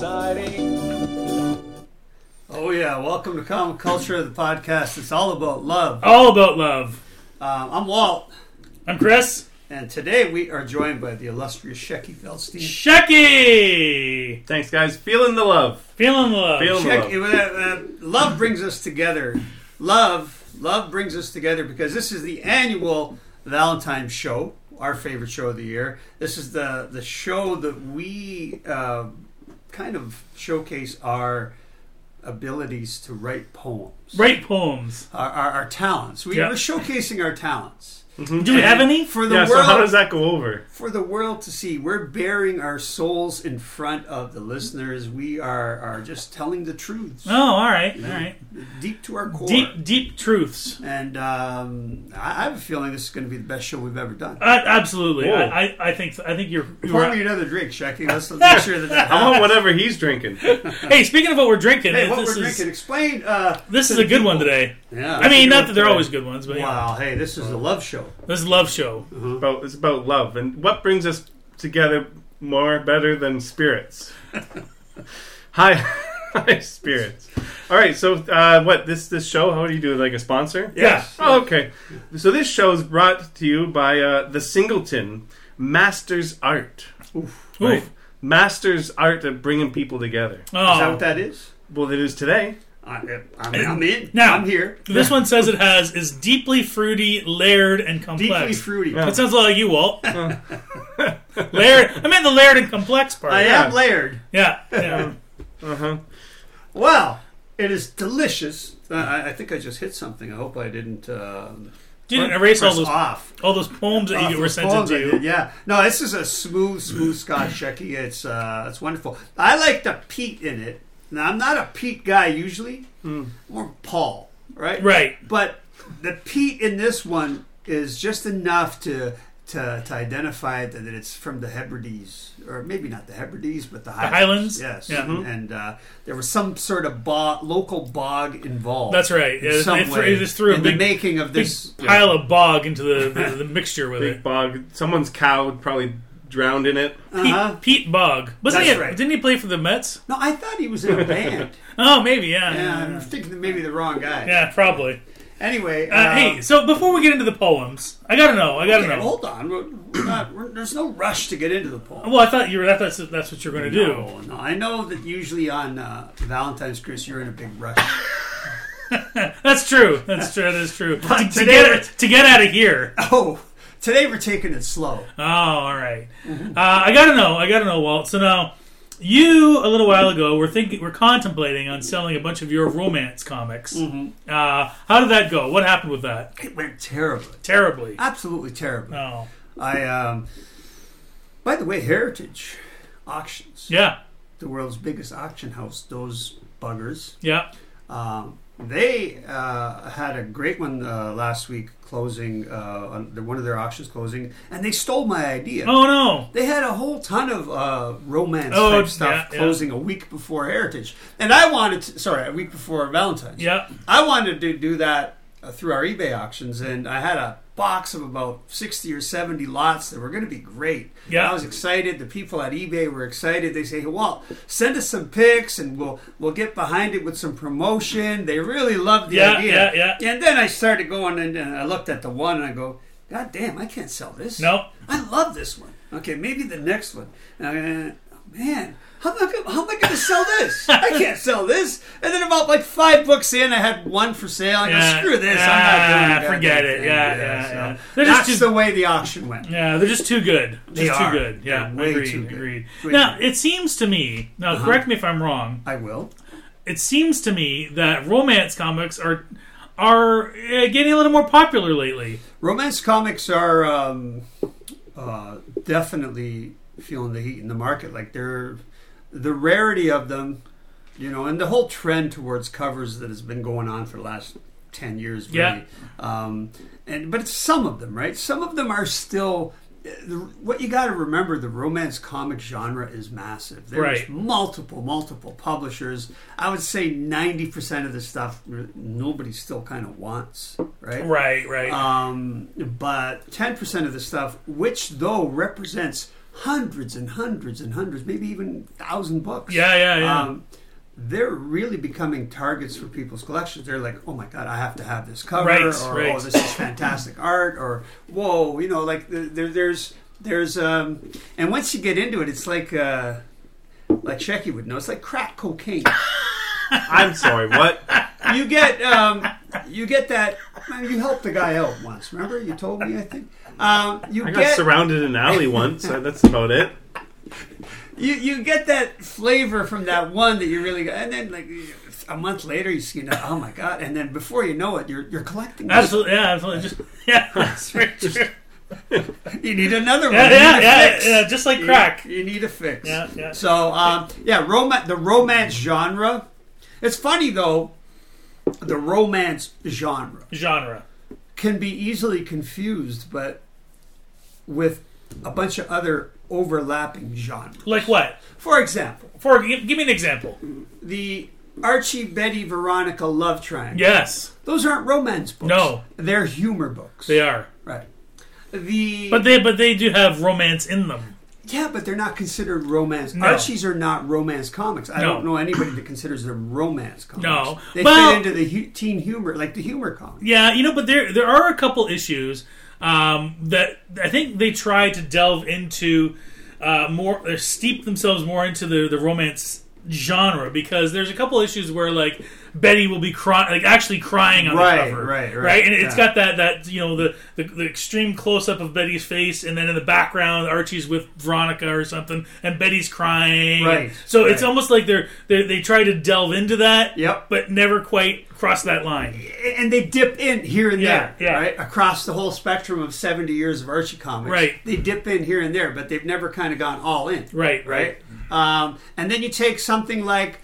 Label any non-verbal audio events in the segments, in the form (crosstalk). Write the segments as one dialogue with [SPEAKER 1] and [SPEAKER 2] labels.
[SPEAKER 1] everybody. Oh, yeah. Welcome to Common Culture, the podcast. It's all about love.
[SPEAKER 2] All about love.
[SPEAKER 1] Um, I'm Walt,
[SPEAKER 2] I'm Chris
[SPEAKER 1] and today we are joined by the illustrious Shecky Feldstein.
[SPEAKER 2] Shecky.
[SPEAKER 3] Thanks, guys. Feeling the love.
[SPEAKER 2] Feeling the love.
[SPEAKER 3] Feeling-
[SPEAKER 1] Shecky, uh, uh, love brings us together. Love, love brings us together because this is the annual Valentine show, our favorite show of the year. This is the, the show that we uh, kind of showcase our abilities to write poems.
[SPEAKER 2] Write poems.
[SPEAKER 1] our, our, our talents. We,
[SPEAKER 2] Yeah.
[SPEAKER 1] We're showcasing our talents
[SPEAKER 2] Do we have any?
[SPEAKER 1] Mm-hmm. for the
[SPEAKER 3] Yeah. So
[SPEAKER 1] world
[SPEAKER 3] how does that go over?
[SPEAKER 1] for the world to see. We're bearing our souls in front of the listeners. We are are just telling the truths
[SPEAKER 2] Oh, all right, all right.
[SPEAKER 1] deep to our core.
[SPEAKER 2] Deep, deep truths.
[SPEAKER 1] And um, I I have a feeling this is going to be the best show we've ever done.
[SPEAKER 2] Uh, absolutely.
[SPEAKER 3] Whoa.
[SPEAKER 2] I, I, I think, so. I think you're. you're
[SPEAKER 1] Pour me
[SPEAKER 2] right.
[SPEAKER 1] another drink, Shaki. Let's make sure that that
[SPEAKER 3] I
[SPEAKER 1] happens.
[SPEAKER 3] want whatever he's drinking.
[SPEAKER 2] Hey, speaking of what we're drinking,
[SPEAKER 1] Hey, what
[SPEAKER 2] this
[SPEAKER 1] we're
[SPEAKER 2] is
[SPEAKER 1] drinking? Explain. Uh,
[SPEAKER 2] this is a good one today.
[SPEAKER 1] yeah.
[SPEAKER 2] I mean, Oh. not that they're
[SPEAKER 3] today.
[SPEAKER 2] always good ones, but yeah.
[SPEAKER 1] wow. Hey, this is a love show.
[SPEAKER 2] this is love show.
[SPEAKER 3] about, it's about love and what brings us together more better than spirits. (laughs) High, high spirits. All right. So uh, what this this show? How do you do? Like a sponsor?
[SPEAKER 2] Yes.
[SPEAKER 3] Oh, okay. So this show is brought to you by uh, the Singleton Masters Art.
[SPEAKER 1] Oof.
[SPEAKER 2] Ooh.
[SPEAKER 3] Right? Masters Art of bringing people together.
[SPEAKER 2] Oh.
[SPEAKER 1] Is that what that is?
[SPEAKER 3] Well, it is today.
[SPEAKER 1] I, I mean, I'm in.
[SPEAKER 2] Now-
[SPEAKER 1] I'm here.
[SPEAKER 2] This one says it has is deeply fruity, layered, and
[SPEAKER 1] Deeply
[SPEAKER 2] complex.
[SPEAKER 1] fruity.
[SPEAKER 2] That sounds a lot like
[SPEAKER 1] (laughs)
[SPEAKER 2] you, Walt. layered. I meant the layered and complex part.
[SPEAKER 1] I
[SPEAKER 3] Yeah.
[SPEAKER 1] am layered.
[SPEAKER 2] yeah. yeah.
[SPEAKER 3] Uh huh.
[SPEAKER 1] Well, it is delicious. Uh, I, I think I just hit something. I hope I didn't. Um,
[SPEAKER 2] Didn't
[SPEAKER 1] press-
[SPEAKER 2] erase all
[SPEAKER 1] press
[SPEAKER 2] those
[SPEAKER 1] off.
[SPEAKER 2] all those poems that
[SPEAKER 1] off
[SPEAKER 2] you were
[SPEAKER 1] those
[SPEAKER 2] sent
[SPEAKER 1] poems I
[SPEAKER 2] to.
[SPEAKER 1] did, Yeah. No, this is a smooth, smooth Scotch shecky. It's uh, it's wonderful. I like the peat in it. Now I'm not a peat guy usually. More Paul, right?
[SPEAKER 2] Hmm. Right.
[SPEAKER 1] But the peat in this one is just enough to. To, to identify that it's from the Hebrides, or maybe not the Hebrides, but the Highlands.
[SPEAKER 2] Highlands?
[SPEAKER 1] Yes,
[SPEAKER 2] Yeah. Mm-hmm.
[SPEAKER 1] and uh, there was some sort of bog, local bog involved.
[SPEAKER 2] That's right.
[SPEAKER 1] in
[SPEAKER 2] Yeah, it-
[SPEAKER 1] some
[SPEAKER 2] it thr-
[SPEAKER 1] way
[SPEAKER 2] it just threw a
[SPEAKER 1] in the
[SPEAKER 2] big-
[SPEAKER 1] making of
[SPEAKER 2] Big (laughs)
[SPEAKER 1] this
[SPEAKER 2] pile of bog into the, the, the mixture with
[SPEAKER 3] Big
[SPEAKER 2] it.
[SPEAKER 3] bog. Someone's cow probably drowned in it.
[SPEAKER 2] Pete,
[SPEAKER 1] Uh-huh.
[SPEAKER 2] Pete Bog. Wasn't
[SPEAKER 1] That's
[SPEAKER 2] he? a-
[SPEAKER 1] right.
[SPEAKER 2] Didn't he play for the Mets?
[SPEAKER 1] No, I thought he was in a
[SPEAKER 2] (laughs)
[SPEAKER 1] band.
[SPEAKER 2] Oh, maybe. Yeah.
[SPEAKER 1] yeah,
[SPEAKER 2] Yeah.
[SPEAKER 1] I'm thinking that maybe the wrong guy.
[SPEAKER 2] Yeah, probably.
[SPEAKER 1] Anyway,
[SPEAKER 2] Uh, hey, so before we get into the poems, I gotta know. I gotta
[SPEAKER 1] okay,
[SPEAKER 2] know.
[SPEAKER 1] hold on. We're, we're not, we're, there's no rush to get into the poem.
[SPEAKER 2] Well, I thought you were. That's that's what you're gonna do.
[SPEAKER 1] No, no, I know that usually on uh, Valentine's, Chris, you're in a big rush.
[SPEAKER 2] That's true. That's true. That is true. to, to
[SPEAKER 1] (laughs) today
[SPEAKER 2] get
[SPEAKER 1] we're-
[SPEAKER 2] to get out of here. Oh,
[SPEAKER 1] oh, today we're taking it slow.
[SPEAKER 2] all right. Uh, I gotta know. I gotta know, Walt. So now, you a little while ago were thinking, were contemplating on selling a bunch of your romance comics.
[SPEAKER 1] Mm-hmm.
[SPEAKER 2] Uh, how did that go? What happened with that?
[SPEAKER 1] It went terribly,
[SPEAKER 2] Terribly.
[SPEAKER 1] absolutely terribly.
[SPEAKER 2] Oh,
[SPEAKER 1] I, um, by the way, Heritage Auctions,
[SPEAKER 2] yeah,
[SPEAKER 1] the world's biggest auction house, those buggers.
[SPEAKER 2] yeah.
[SPEAKER 1] Um, they uh, had a great one uh, last week closing uh, on their, one of their auctions closing, and they stole my idea.
[SPEAKER 2] Oh no.
[SPEAKER 1] They had a whole ton of uh, romance
[SPEAKER 2] Oh,
[SPEAKER 1] type stuff
[SPEAKER 2] yeah, yeah.
[SPEAKER 1] closing a week before Heritage, and I wanted to, sorry a week before Valentine's.
[SPEAKER 2] Yeah.
[SPEAKER 1] I wanted to do that uh, through our eBay auctions, and I had a box of about 60 or 70 lots that were going to be great.
[SPEAKER 2] Yeah.
[SPEAKER 1] I was excited. The people at eBay were excited. They say, hey, Walt, send us some pics, and we'll we'll get behind it with some promotion. They really loved the
[SPEAKER 2] Yeah,
[SPEAKER 1] idea.
[SPEAKER 2] yeah,
[SPEAKER 1] yeah. And then I started going, and, and I looked at the one, and I go, God damn, I can't sell this.
[SPEAKER 2] No.
[SPEAKER 1] I love this one. Okay, maybe the next one. Uh, man, how am I, gonna- how am I going to sell this?
[SPEAKER 2] (laughs)
[SPEAKER 1] I can't sell this. And then about like five books in, I had one for sale. I
[SPEAKER 2] Yeah.
[SPEAKER 1] go, screw this. I'm
[SPEAKER 2] Ah,
[SPEAKER 1] not doing that.
[SPEAKER 2] forget it. Yeah, yeah, yeah. They're just
[SPEAKER 1] That's
[SPEAKER 2] too-
[SPEAKER 1] the way the auction went.
[SPEAKER 2] Yeah, they're just too good.
[SPEAKER 1] They
[SPEAKER 2] just
[SPEAKER 1] are.
[SPEAKER 2] too good. Yeah,
[SPEAKER 1] They're way
[SPEAKER 2] agreed,
[SPEAKER 1] too good. Uh-huh.
[SPEAKER 2] agreed.
[SPEAKER 1] Way
[SPEAKER 2] now,
[SPEAKER 1] too
[SPEAKER 2] it seems to me, now correct me if I'm wrong,
[SPEAKER 1] I will.
[SPEAKER 2] it seems to me that romance comics are are uh, getting a little more popular lately.
[SPEAKER 1] Romance comics are um, uh, definitely feeling the heat in the market. Like they're the rarity of them, you know, and the whole trend towards covers that has been going on for the last ten years, really. Um, and but it's some of them, right? Some of them are still. the- What you got to remember, the romance comic genre is massive. There's
[SPEAKER 2] Right.
[SPEAKER 1] multiple, multiple publishers. I would say ninety percent of the stuff nobody still kind of wants, right?
[SPEAKER 2] Right, right.
[SPEAKER 1] Um, but 10% of the stuff, which though represents hundreds and hundreds and hundreds, maybe even thousand books.
[SPEAKER 2] Yeah, yeah, yeah.
[SPEAKER 1] Um, they're really becoming targets for people's collections. They're like, oh my god, I have to have this cover,
[SPEAKER 2] Right,
[SPEAKER 1] or oh,
[SPEAKER 2] right.
[SPEAKER 1] this is
[SPEAKER 2] (coughs)
[SPEAKER 1] fantastic art, or whoa, you know, like th- there, there's there's um, and once you get into it, it's like uh, like Shecky would know, it's like crack cocaine.
[SPEAKER 3] I'm sorry. (laughs) What?
[SPEAKER 1] you get um, you get that. You helped the guy out once. Remember, you told me. I think um, you
[SPEAKER 3] I got
[SPEAKER 1] get
[SPEAKER 3] surrounded in an alley once. so that's about it.
[SPEAKER 1] you you get that flavor from that one that you really got, and then like a month later, you see, that, oh my god, and then before you know it, you're you're collecting. them.
[SPEAKER 2] Absolutely, yeah, absolutely. Just (laughs) yeah, that's right. yeah,
[SPEAKER 1] You need another one. you
[SPEAKER 2] yeah,
[SPEAKER 1] need a
[SPEAKER 2] yeah,
[SPEAKER 1] fix.
[SPEAKER 2] yeah, just like
[SPEAKER 1] You-
[SPEAKER 2] crack.
[SPEAKER 1] You, need a fix.
[SPEAKER 2] Yeah, yeah.
[SPEAKER 1] So um, yeah, romance. The romance genre. It's funny though. The romance genre.
[SPEAKER 2] Genre.
[SPEAKER 1] can be easily confused, but with a bunch of other overlapping genres.
[SPEAKER 2] Like what?
[SPEAKER 1] For example,
[SPEAKER 2] For give, give me an example.
[SPEAKER 1] the Archie, Betty, Veronica love triangle.
[SPEAKER 2] Yes,
[SPEAKER 1] Those aren't romance books.
[SPEAKER 2] No.
[SPEAKER 1] They're humor books.
[SPEAKER 2] they are.
[SPEAKER 1] Right. The
[SPEAKER 2] But they but they do have romance in them.
[SPEAKER 1] yeah, but they're not considered romance.
[SPEAKER 2] No.
[SPEAKER 1] Archies are not romance comics. I
[SPEAKER 2] No.
[SPEAKER 1] don't know anybody that considers them romance comics.
[SPEAKER 2] No.
[SPEAKER 1] they
[SPEAKER 2] Well-
[SPEAKER 1] fit into the hu- teen humor, like the humor comics.
[SPEAKER 2] Yeah, you know, but there there are a couple issues um, that I think they try to delve into uh, more, or steep themselves more into the the romance genre because there's a couple issues where like Betty will be crying, like actually crying on
[SPEAKER 1] Right,
[SPEAKER 2] the cover,
[SPEAKER 1] right, right,
[SPEAKER 2] and it's
[SPEAKER 1] yeah.
[SPEAKER 2] got that that you know the the, the extreme close up of Betty's face, and then in the background Archie's with Veronica or something, and Betty's crying,
[SPEAKER 1] Right,
[SPEAKER 2] So it's
[SPEAKER 1] right.
[SPEAKER 2] almost like they're, they're they try to delve into that,
[SPEAKER 1] Yep.
[SPEAKER 2] but never quite cross that line.
[SPEAKER 1] and they dip in here and
[SPEAKER 2] Yeah,
[SPEAKER 1] there,
[SPEAKER 2] yeah.
[SPEAKER 1] right? Across the whole spectrum of 70 years of Archie comics.
[SPEAKER 2] Right.
[SPEAKER 1] They dip in here and there, but they've never kind of gone all in.
[SPEAKER 2] Right,
[SPEAKER 1] Right? Um, and then you take something like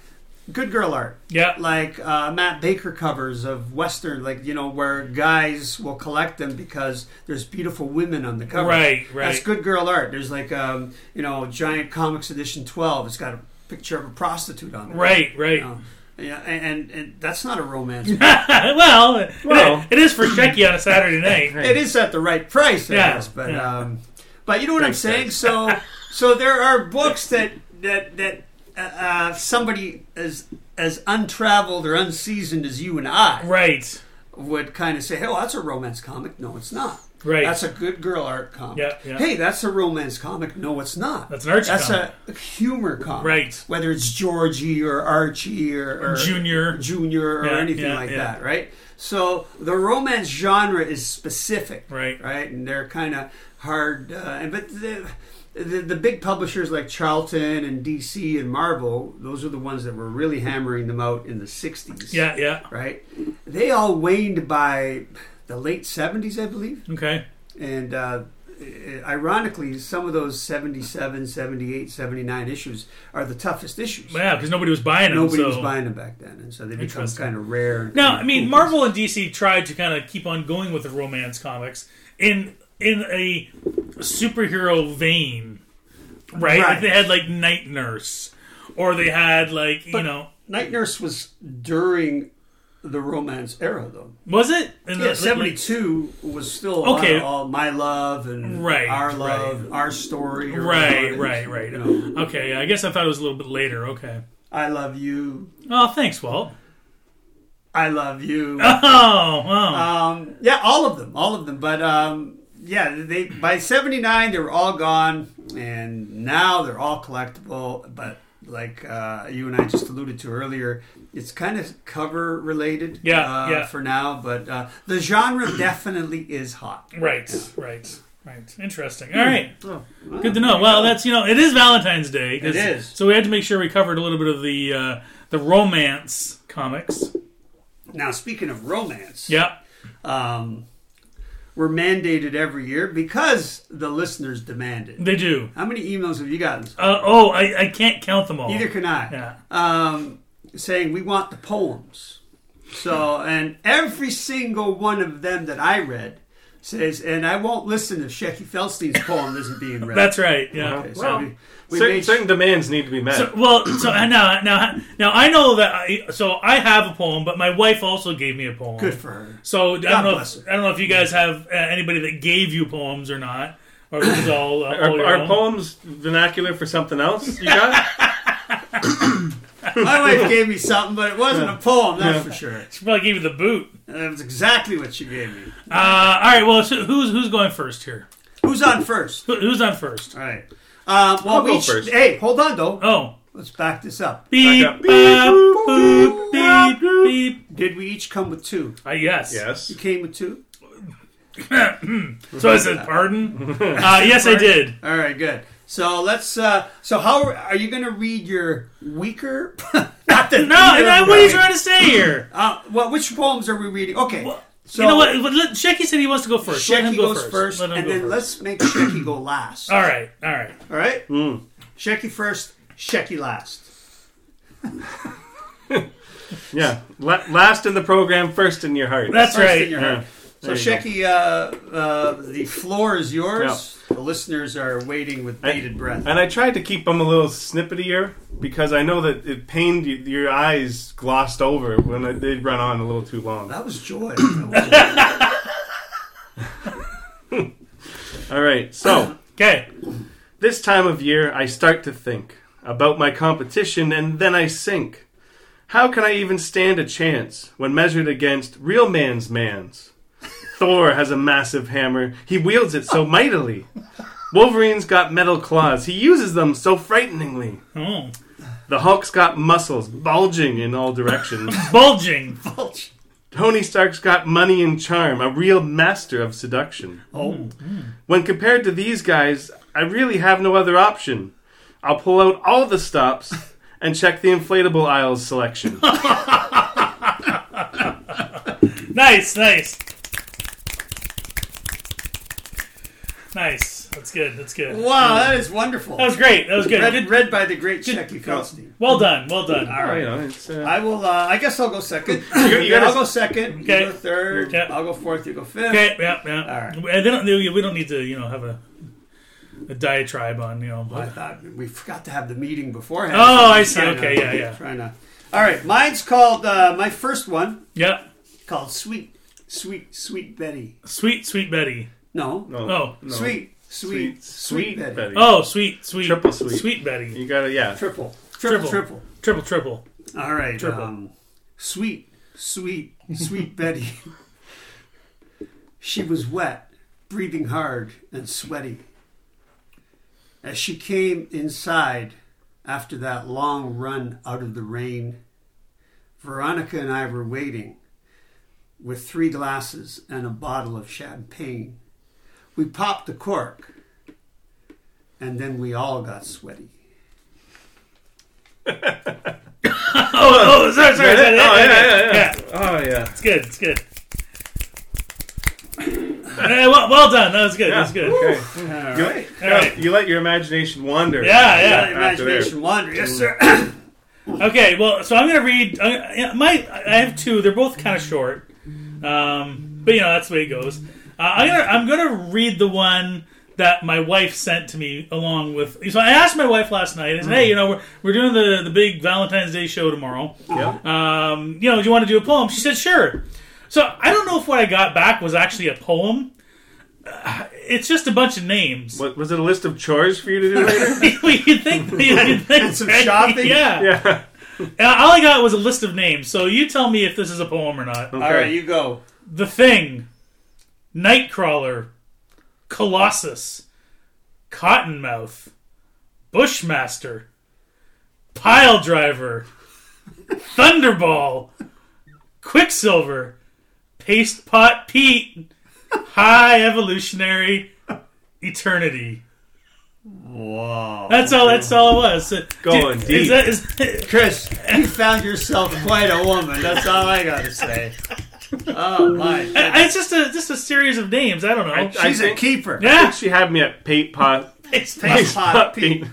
[SPEAKER 1] Good Girl Art.
[SPEAKER 2] Yeah.
[SPEAKER 1] Like uh, Matt Baker covers of Western, like, you know, where guys will collect them because there's beautiful women on the cover.
[SPEAKER 2] Right, right.
[SPEAKER 1] That's Good Girl Art. There's like, um, you know, Giant Comics Edition 12. It's got a picture of a prostitute on it.
[SPEAKER 2] Right, right.
[SPEAKER 1] Um, yeah, and, and, and that's not a romance
[SPEAKER 2] (laughs) well, it-
[SPEAKER 3] Well.
[SPEAKER 2] it is for Shecky on
[SPEAKER 1] (laughs)
[SPEAKER 2] a Saturday night.
[SPEAKER 1] it is at the right price, I
[SPEAKER 2] Yeah,
[SPEAKER 1] guess. But
[SPEAKER 2] yeah.
[SPEAKER 1] um, but you know what
[SPEAKER 3] Thanks,
[SPEAKER 1] I'm saying.
[SPEAKER 3] guys.
[SPEAKER 1] So so there are books that that that uh, uh, somebody as as untraveled or unseasoned as you and I
[SPEAKER 2] Right.
[SPEAKER 1] would kind of say, "Hey, well, that's a romance comic." No, it's not.
[SPEAKER 2] Right.
[SPEAKER 1] That's a good girl art comic.
[SPEAKER 2] Yeah, yeah.
[SPEAKER 1] Hey, that's a romance comic. No, it's not.
[SPEAKER 2] That's an Archie
[SPEAKER 1] That's
[SPEAKER 2] comic.
[SPEAKER 1] a humor comic.
[SPEAKER 2] Right.
[SPEAKER 1] Whether it's Georgie or Archie or, or
[SPEAKER 2] Junior.
[SPEAKER 1] Junior or
[SPEAKER 2] Yeah,
[SPEAKER 1] anything
[SPEAKER 2] yeah,
[SPEAKER 1] like
[SPEAKER 2] yeah.
[SPEAKER 1] that, right? So the romance genre is specific,
[SPEAKER 2] Right.
[SPEAKER 1] Right, and they're kind of hard. Uh, and but the, the the big publishers like Charlton and DC and Marvel, those are the ones that were really hammering them out in the '60s,
[SPEAKER 2] Yeah, yeah.
[SPEAKER 1] right? They all waned by the late '70s, I believe,
[SPEAKER 2] Okay.
[SPEAKER 1] and. Uh, ironically some of those 77 78 79 issues are the toughest issues
[SPEAKER 2] Yeah, because nobody was buying them.
[SPEAKER 1] Nobody
[SPEAKER 2] so.
[SPEAKER 1] was buying them back then, and so they become
[SPEAKER 2] Interesting.
[SPEAKER 1] kind of rare.
[SPEAKER 2] No, I mean Marvel and DC tried to kind of keep on going with the romance comics in in a superhero vein, right? Like
[SPEAKER 1] Right.
[SPEAKER 2] they had like Night Nurse, or they had like you know,
[SPEAKER 1] Night Nurse was during the romance era, though.
[SPEAKER 2] was it in
[SPEAKER 1] Yeah,
[SPEAKER 2] like-
[SPEAKER 1] seventy two was still
[SPEAKER 2] Okay.
[SPEAKER 1] okay. All my love and
[SPEAKER 2] Right,
[SPEAKER 1] our
[SPEAKER 2] right.
[SPEAKER 1] love, our story. or whatever it
[SPEAKER 2] Right,
[SPEAKER 1] is,
[SPEAKER 2] right, right.
[SPEAKER 1] you know.
[SPEAKER 2] Okay, yeah, I guess I thought it was a little bit later. Okay.
[SPEAKER 1] I love you.
[SPEAKER 2] Oh, thanks, Walt.
[SPEAKER 1] I love
[SPEAKER 2] (laughs)
[SPEAKER 1] you.
[SPEAKER 2] Oh, wow.
[SPEAKER 1] um, yeah, all of them, all of them. But um, yeah, they by seventy nine they were all gone, and now they're all collectible. But like uh, you and I just alluded to earlier, it's kind of cover related.
[SPEAKER 2] Yeah,
[SPEAKER 1] uh,
[SPEAKER 2] yeah.
[SPEAKER 1] For now, but uh, the genre (clears throat) definitely is hot.
[SPEAKER 2] Right, right, right. Interesting. All right. Hmm. Good to know. Well, that's you know, it is Valentine's Day. 'cause-
[SPEAKER 1] It is.
[SPEAKER 2] So we had to make sure we covered a little bit of the uh, the romance comics.
[SPEAKER 1] Now speaking of romance,
[SPEAKER 2] Yeah.
[SPEAKER 1] um, we're mandated every year because the listeners demand it.
[SPEAKER 2] They do.
[SPEAKER 1] How many emails have you gotten?
[SPEAKER 2] Uh, oh, I, I can't count them all.
[SPEAKER 1] Neither can I.
[SPEAKER 2] Oh, Yeah.
[SPEAKER 1] um, saying we want the poems. So, and every single one of them that I read says, and I won't listen if Shecky Felstein's poem isn't being read.
[SPEAKER 2] That's right. Yeah.
[SPEAKER 1] okay, so
[SPEAKER 3] Well,
[SPEAKER 1] we, we
[SPEAKER 3] Certain,
[SPEAKER 1] made-
[SPEAKER 3] certain demands need to be met.
[SPEAKER 2] So, well, so uh, now, now, now I know that. I, so I have a poem, but my wife also gave me a poem.
[SPEAKER 1] good for her.
[SPEAKER 2] So I
[SPEAKER 1] God
[SPEAKER 2] don't know.
[SPEAKER 1] bless
[SPEAKER 2] If, I don't know if you guys have uh, anybody that gave you poems or not. Or it was all, uh, all
[SPEAKER 3] Are,
[SPEAKER 2] your
[SPEAKER 3] are
[SPEAKER 2] own?
[SPEAKER 3] poems vernacular for something else? You got?
[SPEAKER 1] My wife gave me something, but it wasn't a poem, that's for sure.
[SPEAKER 2] She probably gave you the boot.
[SPEAKER 1] That was exactly what she gave me.
[SPEAKER 2] Uh, all right. Well, so who's who's going first here?
[SPEAKER 1] Who's on first?
[SPEAKER 2] Who, who's on first?
[SPEAKER 1] All right. Um, well,
[SPEAKER 3] I'll go
[SPEAKER 1] we sh-
[SPEAKER 3] first.
[SPEAKER 1] Hey, hold on though.
[SPEAKER 2] Oh,
[SPEAKER 1] Let's back this up.
[SPEAKER 2] beep,
[SPEAKER 3] up.
[SPEAKER 2] bop, boop, beep, beep.
[SPEAKER 1] Did we each come with two?
[SPEAKER 2] I yes.
[SPEAKER 3] (laughs) yes.
[SPEAKER 1] You came with two.
[SPEAKER 2] So I said, pardon.
[SPEAKER 1] (laughs)
[SPEAKER 2] Uh, yes, I did.
[SPEAKER 1] All right, good. So let's. Uh, so how are you going to read your weaker? (laughs) Not that
[SPEAKER 2] No, no, what are you trying to say here?
[SPEAKER 1] Uh, well, which poems are we reading? Okay. so
[SPEAKER 2] you know what? Let- let- Shecky said he wants to go first. Let him
[SPEAKER 1] Shecky
[SPEAKER 2] go
[SPEAKER 1] goes first,
[SPEAKER 2] Let him
[SPEAKER 1] and
[SPEAKER 2] go
[SPEAKER 1] then
[SPEAKER 2] first. Ah.
[SPEAKER 1] let's make Shecky
[SPEAKER 2] (clears throat)
[SPEAKER 1] go last.
[SPEAKER 2] All right, all right.
[SPEAKER 1] All right.
[SPEAKER 3] Hmm.
[SPEAKER 1] Shecky first. Shecky last.
[SPEAKER 3] Yeah. La- last in the program, first in your heart.
[SPEAKER 2] That's
[SPEAKER 1] First
[SPEAKER 2] right.
[SPEAKER 1] in your
[SPEAKER 3] yeah.
[SPEAKER 1] heart. So
[SPEAKER 3] There
[SPEAKER 1] Shecky, uh, uh, the floor is yours. The listeners are waiting with bated breath.
[SPEAKER 3] And I tried to keep them a little snippetier because I know that it pained you, your eyes glossed over when it, they'd run on a little too long.
[SPEAKER 1] that was
[SPEAKER 3] (laughs)
[SPEAKER 1] joy. That
[SPEAKER 3] All right. So.
[SPEAKER 2] Okay.
[SPEAKER 3] This time of year, I start to think about my competition and then I sink. How can I even stand a chance when measured against real man's man's? Thor has a massive hammer. He wields it so mightily. Wolverine's got metal claws. He uses them so frighteningly.
[SPEAKER 2] Oh.
[SPEAKER 3] The Hulk's got muscles bulging in all directions.
[SPEAKER 2] Bulging. (laughs)
[SPEAKER 1] was
[SPEAKER 3] Tony Stark's got money and charm, a real master of seduction.
[SPEAKER 1] oh,
[SPEAKER 3] When compared to these guys, I really have no other option. I'll pull out all
[SPEAKER 1] (laughs)
[SPEAKER 3] the stops and check the inflatable aisles selection.
[SPEAKER 2] Nice, nice. Nice. That's good. That's good.
[SPEAKER 1] wow, that is wonderful.
[SPEAKER 2] That was great. That was good.
[SPEAKER 1] Read,
[SPEAKER 2] Good-
[SPEAKER 1] read by the great Shecky Feldstein.
[SPEAKER 2] Well done. Well done.
[SPEAKER 1] All right.
[SPEAKER 3] You know, it's, uh,
[SPEAKER 1] I will. Uh, I guess I'll go
[SPEAKER 2] (laughs)
[SPEAKER 1] second.
[SPEAKER 3] You- you gotta-
[SPEAKER 1] I'll go second.
[SPEAKER 2] Okay.
[SPEAKER 1] You go third.
[SPEAKER 2] Okay.
[SPEAKER 1] I'll go fourth. You go fifth.
[SPEAKER 2] Okay. Yeah. Yeah.
[SPEAKER 1] All
[SPEAKER 2] And they don't, they- we don't need to, you know, have a a diatribe on, you know.
[SPEAKER 1] I thought we forgot to have the meeting beforehand.
[SPEAKER 2] Oh, I see.
[SPEAKER 1] Trying
[SPEAKER 2] Okay.
[SPEAKER 1] to-
[SPEAKER 2] Yeah. Yeah.
[SPEAKER 1] Trying to. All right. Mine's called uh, my first one
[SPEAKER 2] Yeah.
[SPEAKER 1] called Sweet, Sweet, Sweet Betty.
[SPEAKER 2] Sweet, sweet Betty.
[SPEAKER 1] No.
[SPEAKER 2] Oh.
[SPEAKER 3] no.
[SPEAKER 1] Sweet, sweet, sweet, Betty.
[SPEAKER 2] Oh, sweet, sweet.
[SPEAKER 3] Triple sweet.
[SPEAKER 2] Sweet Betty.
[SPEAKER 3] You gotta, yeah.
[SPEAKER 1] Triple. Triple.
[SPEAKER 2] Triple.
[SPEAKER 1] Triple.
[SPEAKER 2] Triple, triple.
[SPEAKER 1] All right.
[SPEAKER 2] Triple.
[SPEAKER 1] Um, sweet, sweet, sweet Betty. She was wet, breathing hard, and sweaty. As she came inside after that long run out of the rain, Veronica and I were waiting with three glasses and a bottle of champagne. We popped the cork, and then we all got sweaty.
[SPEAKER 2] Oh, oh, sorry, sorry.
[SPEAKER 3] Is that
[SPEAKER 2] sorry yeah, yeah, yeah.
[SPEAKER 3] it? Oh, yeah, yeah,
[SPEAKER 2] Yeah,
[SPEAKER 3] Oh, yeah.
[SPEAKER 2] It's good. It's good. (laughs) Hey, well, well done. That was good. That was good.
[SPEAKER 3] Okay.
[SPEAKER 1] All
[SPEAKER 3] You,
[SPEAKER 1] right.
[SPEAKER 2] All right.
[SPEAKER 3] you let your imagination wander.
[SPEAKER 2] Yeah, yeah.
[SPEAKER 1] Let imagination wander. Yes, sir.
[SPEAKER 2] Okay, well, so I'm gonna read. I'm gonna- yeah, my I have two. They're both kind of short, um, but you know that's the way it goes. Uh, I'm gonna I'm gonna read the one that my wife sent to me along with. So I asked my wife last night. I said, "Hey, you know, we're, we're doing the the big Valentine's Day show tomorrow.
[SPEAKER 3] Yeah.
[SPEAKER 1] Uh.
[SPEAKER 2] Um, you know, do you want to do a poem?" She said, "Sure." So I don't know if what I got back was actually a poem. Uh, it's just a bunch of (laughs) names.
[SPEAKER 3] What, was it a list of chores for you to do later? (laughs)
[SPEAKER 2] you'd think, you'd think
[SPEAKER 1] And (laughs) some
[SPEAKER 2] right?
[SPEAKER 1] shopping?
[SPEAKER 2] yeah.
[SPEAKER 3] yeah.
[SPEAKER 2] Uh, all I got was a list of names, so you tell me if this is a poem or not.
[SPEAKER 1] All right, you go.
[SPEAKER 2] The Thing, Nightcrawler, Colossus, Cottonmouth, Bushmaster, Pile Driver, Thunderball, Quicksilver, Paste Pot Pete, High Evolutionary, Eternity.
[SPEAKER 1] Wow.
[SPEAKER 2] That's all. That's all it was. So,
[SPEAKER 3] Going
[SPEAKER 2] do- is
[SPEAKER 3] deep.
[SPEAKER 2] that- is-
[SPEAKER 1] Chris, you found yourself quite a woman. That's all I got to say. Oh, my. goodness.
[SPEAKER 2] it's just a just a series of names. I don't know.
[SPEAKER 3] I-
[SPEAKER 1] She's a
[SPEAKER 3] think-
[SPEAKER 1] keeper.
[SPEAKER 3] I
[SPEAKER 2] yeah.
[SPEAKER 3] think she had me at Pate Pot.
[SPEAKER 2] Paste Pot.
[SPEAKER 1] Piss pot Pete.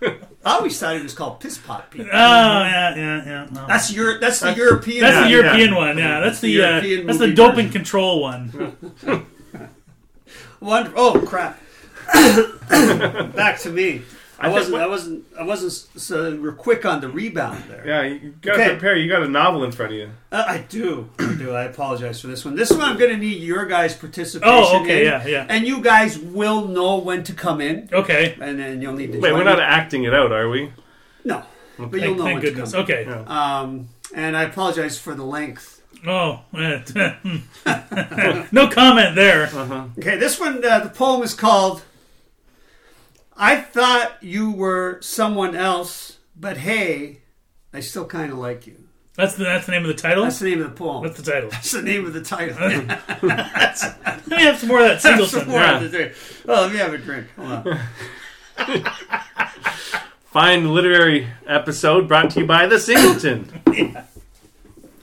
[SPEAKER 3] Pete.
[SPEAKER 1] I always thought it was called piss pot Pete.
[SPEAKER 2] Oh yeah, yeah, yeah. no. That's
[SPEAKER 1] That's your. That's the European.
[SPEAKER 2] the
[SPEAKER 1] one.
[SPEAKER 3] Euro-
[SPEAKER 2] European one. Yeah, that's the uh,
[SPEAKER 1] European
[SPEAKER 2] that's the
[SPEAKER 1] movie
[SPEAKER 2] dope
[SPEAKER 1] version.
[SPEAKER 2] and control one.
[SPEAKER 1] Wonder- Oh crap. (coughs) Back to me. I,
[SPEAKER 3] think
[SPEAKER 1] wasn't.
[SPEAKER 3] what-
[SPEAKER 1] I wasn't. I wasn't. So we're quick on the rebound there.
[SPEAKER 3] Yeah, you gotta
[SPEAKER 1] Okay.
[SPEAKER 3] prepare. You got a novel in front of you.
[SPEAKER 1] Uh, I do. I do. I apologize for this one. This one I'm going to need your guys' participation.
[SPEAKER 2] Oh, okay,
[SPEAKER 1] in,
[SPEAKER 2] yeah, yeah.
[SPEAKER 1] And you guys will know when to come in,
[SPEAKER 2] Okay.
[SPEAKER 1] and then you'll need to.
[SPEAKER 3] Wait,
[SPEAKER 1] join
[SPEAKER 3] we're not
[SPEAKER 1] me.
[SPEAKER 3] acting it out, are we?
[SPEAKER 1] no, but you'll
[SPEAKER 2] Thank,
[SPEAKER 1] know
[SPEAKER 2] thank
[SPEAKER 1] when
[SPEAKER 2] goodness.
[SPEAKER 1] to come.
[SPEAKER 2] Okay.
[SPEAKER 3] Yeah.
[SPEAKER 1] in. Um, and I apologize for the length.
[SPEAKER 2] Oh, eh, (laughs) no comment there.
[SPEAKER 1] Okay, this one. Uh, the poem is called. I thought you were someone else, but hey, I still kind of like you.
[SPEAKER 2] That's the that's the name of the title.
[SPEAKER 1] That's the name of the poem.
[SPEAKER 2] That's the title.
[SPEAKER 1] That's the name of the title.
[SPEAKER 2] Let me have some more of that
[SPEAKER 1] Some
[SPEAKER 2] Singleton.
[SPEAKER 1] more
[SPEAKER 3] Yeah.
[SPEAKER 1] of the drink. Oh, let me have a drink. Hold on.
[SPEAKER 3] Fine literary episode brought to you by the Singleton.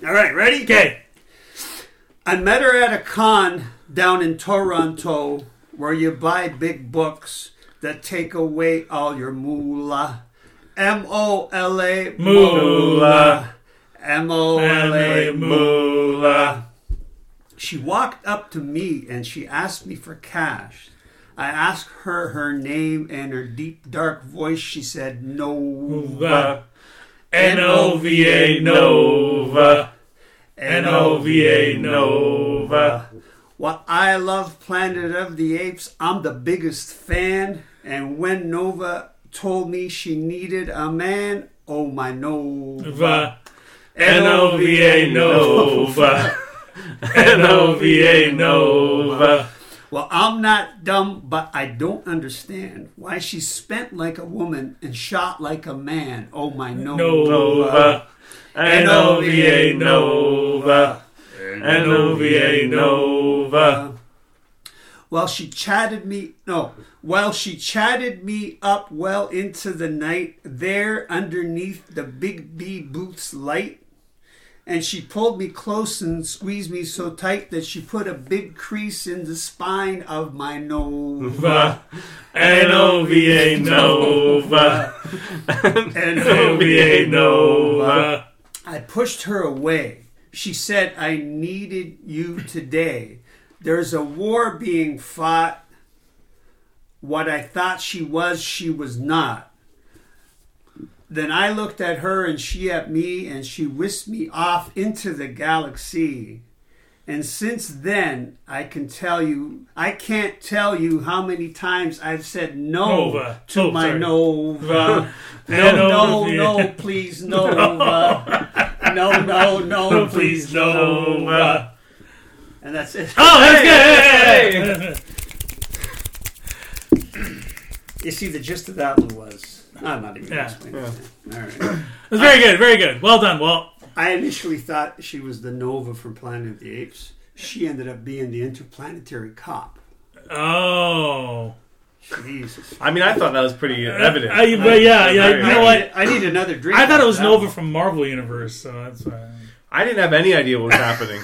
[SPEAKER 1] All right, ready?
[SPEAKER 2] Okay.
[SPEAKER 1] I met her at a con down in Toronto where you buy big books that take away all your moolah. M O L A
[SPEAKER 2] Moolah.
[SPEAKER 1] M O L A
[SPEAKER 3] Moolah.
[SPEAKER 1] She walked up to me and she asked me for cash. I asked her her name and her deep dark voice. She said no.
[SPEAKER 2] Nova. N-O-V-A Nova. N-O-V-A Nova.
[SPEAKER 1] While I love Planet of the Apes, I'm the biggest fan. And when Nova told me she needed a man, oh my Nova.
[SPEAKER 2] Va. N-O-V-A Nova. N-O-V-A Nova.
[SPEAKER 1] Well, I'm not dumb, but I don't understand why she spent like a woman and shot like a man. Oh my Nova.
[SPEAKER 2] Nova. N-O-V-A Nova. N-O-V-A Nova.
[SPEAKER 1] While she chatted me, no, while she chatted me up well into the night, there underneath the Big B booth's light, and she pulled me close and squeezed me so tight that she put a big crease in the spine of my
[SPEAKER 3] (laughs)
[SPEAKER 1] nose.
[SPEAKER 2] Va. N-O-V-A Nova.
[SPEAKER 1] and
[SPEAKER 2] N-O-V-A Nova.
[SPEAKER 1] I pushed her away. She said, I needed you today. There's a war being fought. What I thought she was, she was not. Then I looked at her and she at me, and she whisked me off into the galaxy. And since then, I can tell you, I can't tell you how many times I've said no
[SPEAKER 2] Nova.
[SPEAKER 1] to
[SPEAKER 2] Oh,
[SPEAKER 1] my
[SPEAKER 2] sorry. (laughs)
[SPEAKER 1] Nova.
[SPEAKER 2] No,
[SPEAKER 1] No, no,
[SPEAKER 2] Nova.
[SPEAKER 1] no,
[SPEAKER 2] (laughs)
[SPEAKER 1] please, Nova. No, no, no,
[SPEAKER 2] Please Nova.
[SPEAKER 1] And that's it. (laughs)
[SPEAKER 2] Oh, that's
[SPEAKER 3] Hey,
[SPEAKER 2] good.
[SPEAKER 1] You see, the gist of that one was. I'm not even
[SPEAKER 2] Yeah.
[SPEAKER 1] explaining that. All right.
[SPEAKER 2] It was very good, very good. Well done, Walt.
[SPEAKER 1] I initially thought she was the Nova from Planet of the Apes. She ended up being the interplanetary cop.
[SPEAKER 2] Oh. Uh,
[SPEAKER 1] Jesus.
[SPEAKER 3] I mean, I thought that was pretty evident.
[SPEAKER 2] I, but yeah, yeah, you
[SPEAKER 3] Very
[SPEAKER 2] know what?
[SPEAKER 1] I need another drink.
[SPEAKER 2] I thought it was
[SPEAKER 1] That
[SPEAKER 2] Nova
[SPEAKER 1] one.
[SPEAKER 2] from Marvel Universe, so that's why.
[SPEAKER 3] I didn't have any idea what was happening.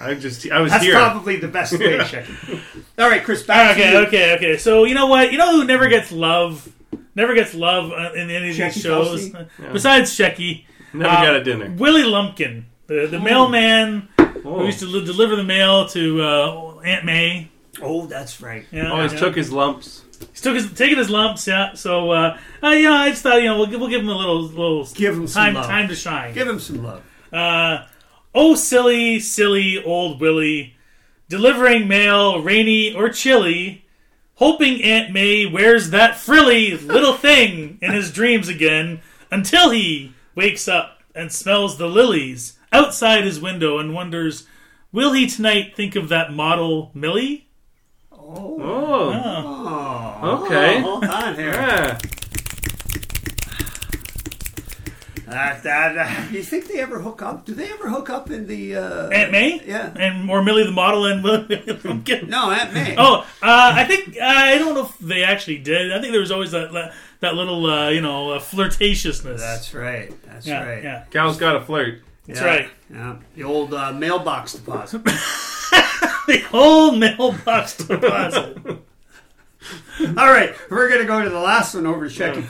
[SPEAKER 3] I just, I was
[SPEAKER 1] That's
[SPEAKER 3] here.
[SPEAKER 1] probably the best way
[SPEAKER 2] (laughs)
[SPEAKER 1] to check it. All right, Chris. Back to
[SPEAKER 2] Ah, Okay,
[SPEAKER 1] you.
[SPEAKER 2] okay, okay. So you know what? You know who never gets love, never gets love uh, in any of
[SPEAKER 1] Shecky
[SPEAKER 2] these shows
[SPEAKER 1] Kelsey?
[SPEAKER 2] besides Shecky.
[SPEAKER 3] Never
[SPEAKER 2] Uh,
[SPEAKER 3] got a dinner.
[SPEAKER 2] Willie Lumpkin, the
[SPEAKER 1] Oh.
[SPEAKER 2] the mailman who used to li- deliver the mail to uh, Aunt May.
[SPEAKER 1] Oh, that's right.
[SPEAKER 2] Yeah,
[SPEAKER 3] Always
[SPEAKER 2] yeah.
[SPEAKER 3] took his lumps.
[SPEAKER 2] He's took his taking his lumps. Yeah. So uh, uh, you know, I just thought you know we'll, gi- we'll give him a little little
[SPEAKER 1] Give him some
[SPEAKER 2] time
[SPEAKER 1] love.
[SPEAKER 2] time to shine.
[SPEAKER 1] Give him some love.
[SPEAKER 2] Uh, oh, silly, silly old Willie, delivering mail, rainy or chilly, hoping Aunt May wears that
[SPEAKER 1] (laughs)
[SPEAKER 2] frilly little thing in his dreams again until he wakes up and smells the lilies outside his window and wonders, will he tonight think of that model Millie?
[SPEAKER 1] Oh,
[SPEAKER 3] Oh,
[SPEAKER 2] Oh,
[SPEAKER 3] okay.
[SPEAKER 1] hold on
[SPEAKER 2] (laughs)
[SPEAKER 1] here.
[SPEAKER 3] Yeah.
[SPEAKER 1] That, that, that. You think they ever hook up? Do they ever hook up in the? Uh...
[SPEAKER 2] Aunt May?
[SPEAKER 1] Yeah.
[SPEAKER 2] And or Millie the model and Willie (laughs)
[SPEAKER 1] (laughs)
[SPEAKER 2] Lumpkin.
[SPEAKER 1] No, Aunt May.
[SPEAKER 2] (laughs) Oh, uh, I think I don't know if they actually did. I think there was always that that little uh, you know uh, flirtatiousness.
[SPEAKER 1] that's right. That's
[SPEAKER 2] yeah,
[SPEAKER 1] right.
[SPEAKER 2] yeah,
[SPEAKER 3] (laughs) Cal's got a flirt.
[SPEAKER 2] that's right. (laughs)
[SPEAKER 1] Yeah, the old uh, mailbox deposit. (clears throat)
[SPEAKER 2] The whole mailbox deposit.
[SPEAKER 1] All right, we're gonna go to the last one over to Shecky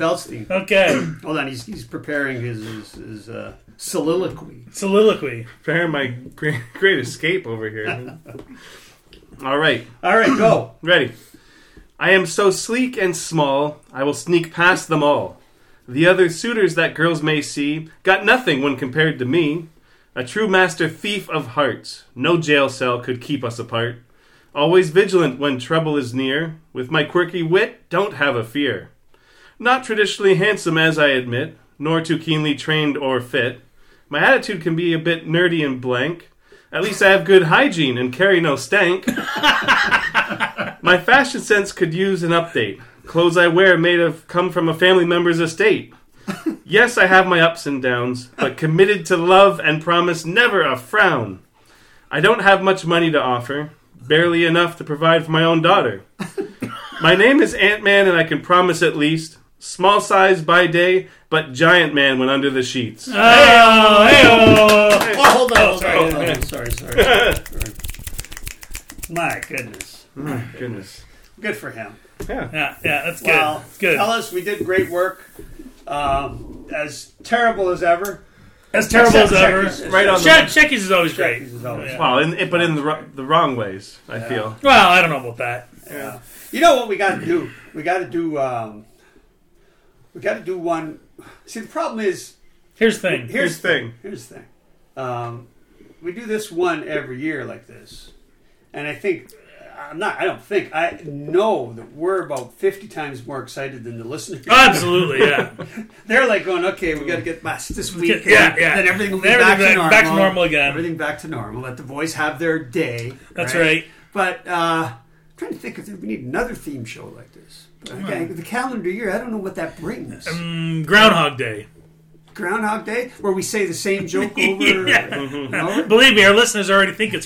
[SPEAKER 2] (laughs)
[SPEAKER 1] Feldstein.
[SPEAKER 2] Okay,
[SPEAKER 1] Hold on, he's, he's preparing his his, his uh, soliloquy.
[SPEAKER 2] soliloquy.
[SPEAKER 3] Preparing my (laughs) great, great escape over here. All right,
[SPEAKER 2] (clears throat)
[SPEAKER 1] All right, go.
[SPEAKER 3] ready. I am so sleek and small, I will sneak past them all. The other suitors that girls may see got nothing when compared to me. A true master thief of hearts, no jail cell could keep us apart. Always vigilant when trouble is near, with my quirky wit, don't have a fear. Not traditionally handsome, as I admit, nor too keenly trained or fit. My attitude can be a bit nerdy and blank. At least I have good hygiene and carry no stank. My fashion sense could use an update. Clothes I wear may have come from a family member's estate. Yes, I have my ups and downs, but committed to love and promise never a frown. I don't have much money to offer, barely enough to provide for my own daughter. My name is Ant Man, and I can promise at least small size by day, but giant man when under the sheets.
[SPEAKER 2] Oh, hey-oh.
[SPEAKER 1] Oh, hold on, hold on, hold on. Sorry, sorry. sorry.
[SPEAKER 2] (laughs)
[SPEAKER 1] My goodness.
[SPEAKER 3] My goodness.
[SPEAKER 1] Good for him.
[SPEAKER 3] Yeah.
[SPEAKER 2] Yeah, yeah, that's good.
[SPEAKER 1] Well,
[SPEAKER 2] That's good.
[SPEAKER 1] fellas, we did great work. Um, as terrible as ever.
[SPEAKER 2] As terrible as
[SPEAKER 1] Except
[SPEAKER 2] ever.
[SPEAKER 1] Checkies.
[SPEAKER 3] Right on the.
[SPEAKER 2] Check, checkies is always great.
[SPEAKER 1] Checkies is always-
[SPEAKER 3] Wow, in, it- but in the, ro- the wrong ways, I feel.
[SPEAKER 2] Well, I don't know about that.
[SPEAKER 1] Yeah. You know what we got to do? We got to do. Um, we got to do one. See, the problem is
[SPEAKER 2] Here's the thing.
[SPEAKER 1] here's
[SPEAKER 3] Here's the thing.
[SPEAKER 1] Here's the thing. Um, we do this one every year like this, and I think I'm not. I don't think I know that we're about 50 times more excited than the listeners.
[SPEAKER 2] Uh, Absolutely, yeah.
[SPEAKER 1] They're like going, okay, we got to get past this week.
[SPEAKER 2] get- yeah,
[SPEAKER 1] and
[SPEAKER 2] yeah.
[SPEAKER 1] Then everything will be
[SPEAKER 2] Everything
[SPEAKER 1] back, to normal.
[SPEAKER 2] back- back to normal again.
[SPEAKER 1] Everything back to normal. Let the boys have their day.
[SPEAKER 2] That's right.
[SPEAKER 1] But uh, I'm trying to think if we need another theme show like this. But
[SPEAKER 2] Hmm.
[SPEAKER 1] okay, the calendar year, I don't know what that brings.
[SPEAKER 2] Mm, Groundhog Day.
[SPEAKER 1] Groundhog Day, where we say the same
[SPEAKER 2] (laughs)
[SPEAKER 1] joke over and over.
[SPEAKER 2] Believe me, our listeners already think it's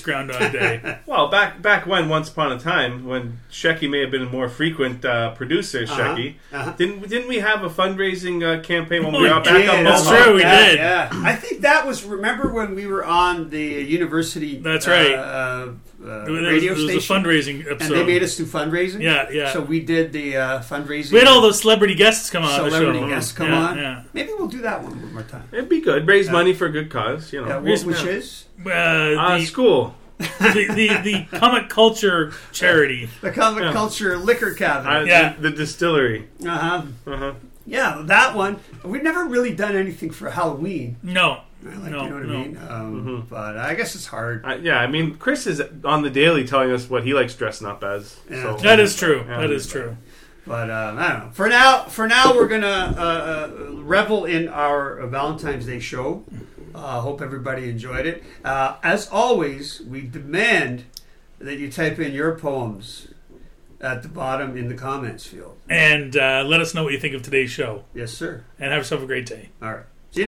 [SPEAKER 1] (laughs)
[SPEAKER 2] Groundhog Day.
[SPEAKER 3] Well, back back when, once upon a time, when Shecky may have been a more frequent uh, producer, Shecky,
[SPEAKER 1] uh-huh.
[SPEAKER 3] didn't didn't we have a fundraising uh, campaign when we
[SPEAKER 2] We
[SPEAKER 3] were back
[SPEAKER 2] did,
[SPEAKER 3] on
[SPEAKER 2] that's
[SPEAKER 3] Mohawk?
[SPEAKER 2] true, we
[SPEAKER 1] Yeah,
[SPEAKER 2] did.
[SPEAKER 1] Yeah, I think that was. Remember when we were on the university?
[SPEAKER 2] That's
[SPEAKER 1] uh,
[SPEAKER 2] right.
[SPEAKER 1] Uh, uh,
[SPEAKER 2] It was,
[SPEAKER 1] radio
[SPEAKER 2] it was a
[SPEAKER 1] station,
[SPEAKER 2] fundraising
[SPEAKER 1] and
[SPEAKER 2] episode.
[SPEAKER 1] they made us do fundraising.
[SPEAKER 2] Yeah, yeah.
[SPEAKER 1] So we did the uh, fundraising.
[SPEAKER 2] we had all those celebrity guests come on
[SPEAKER 1] celebrity
[SPEAKER 2] the show.
[SPEAKER 1] guests come
[SPEAKER 2] Yeah,
[SPEAKER 1] on.
[SPEAKER 2] yeah.
[SPEAKER 1] Maybe we'll do that one one more time.
[SPEAKER 3] It'd be good. Raise money for a good cause, you know.
[SPEAKER 1] Yeah,
[SPEAKER 3] Raise-
[SPEAKER 1] wh- which is
[SPEAKER 2] Uh,
[SPEAKER 3] uh,
[SPEAKER 2] the,
[SPEAKER 3] school.
[SPEAKER 2] the, the,
[SPEAKER 1] (laughs)
[SPEAKER 2] the comic culture charity.
[SPEAKER 1] the comic culture liquor
[SPEAKER 3] Uh,
[SPEAKER 1] cabinet.
[SPEAKER 2] Yeah.
[SPEAKER 3] the, the distillery.
[SPEAKER 1] Uh huh.
[SPEAKER 3] Uh-huh.
[SPEAKER 1] Yeah, that one. We've never really done anything for Halloween.
[SPEAKER 2] No,
[SPEAKER 1] Like,
[SPEAKER 2] no,
[SPEAKER 1] you know what
[SPEAKER 2] no.
[SPEAKER 1] I mean? Um,
[SPEAKER 3] Mm-hmm.
[SPEAKER 1] But I guess it's hard.
[SPEAKER 3] Uh, yeah, I mean, Chris is on the daily telling us what he likes dressing up as.
[SPEAKER 1] Yeah.
[SPEAKER 3] So.
[SPEAKER 2] That is true. that is true.
[SPEAKER 1] But um, I don't know. For now, for now, we're gonna uh, uh, revel in our uh, Valentine's Day show. Uh, hope everybody enjoyed it. Uh, as always, we demand that you type in your poems at the bottom in the comments field.
[SPEAKER 2] And uh, let us know what you think of today's show.
[SPEAKER 1] Yes, sir.
[SPEAKER 2] And have yourself a great day.
[SPEAKER 1] All right.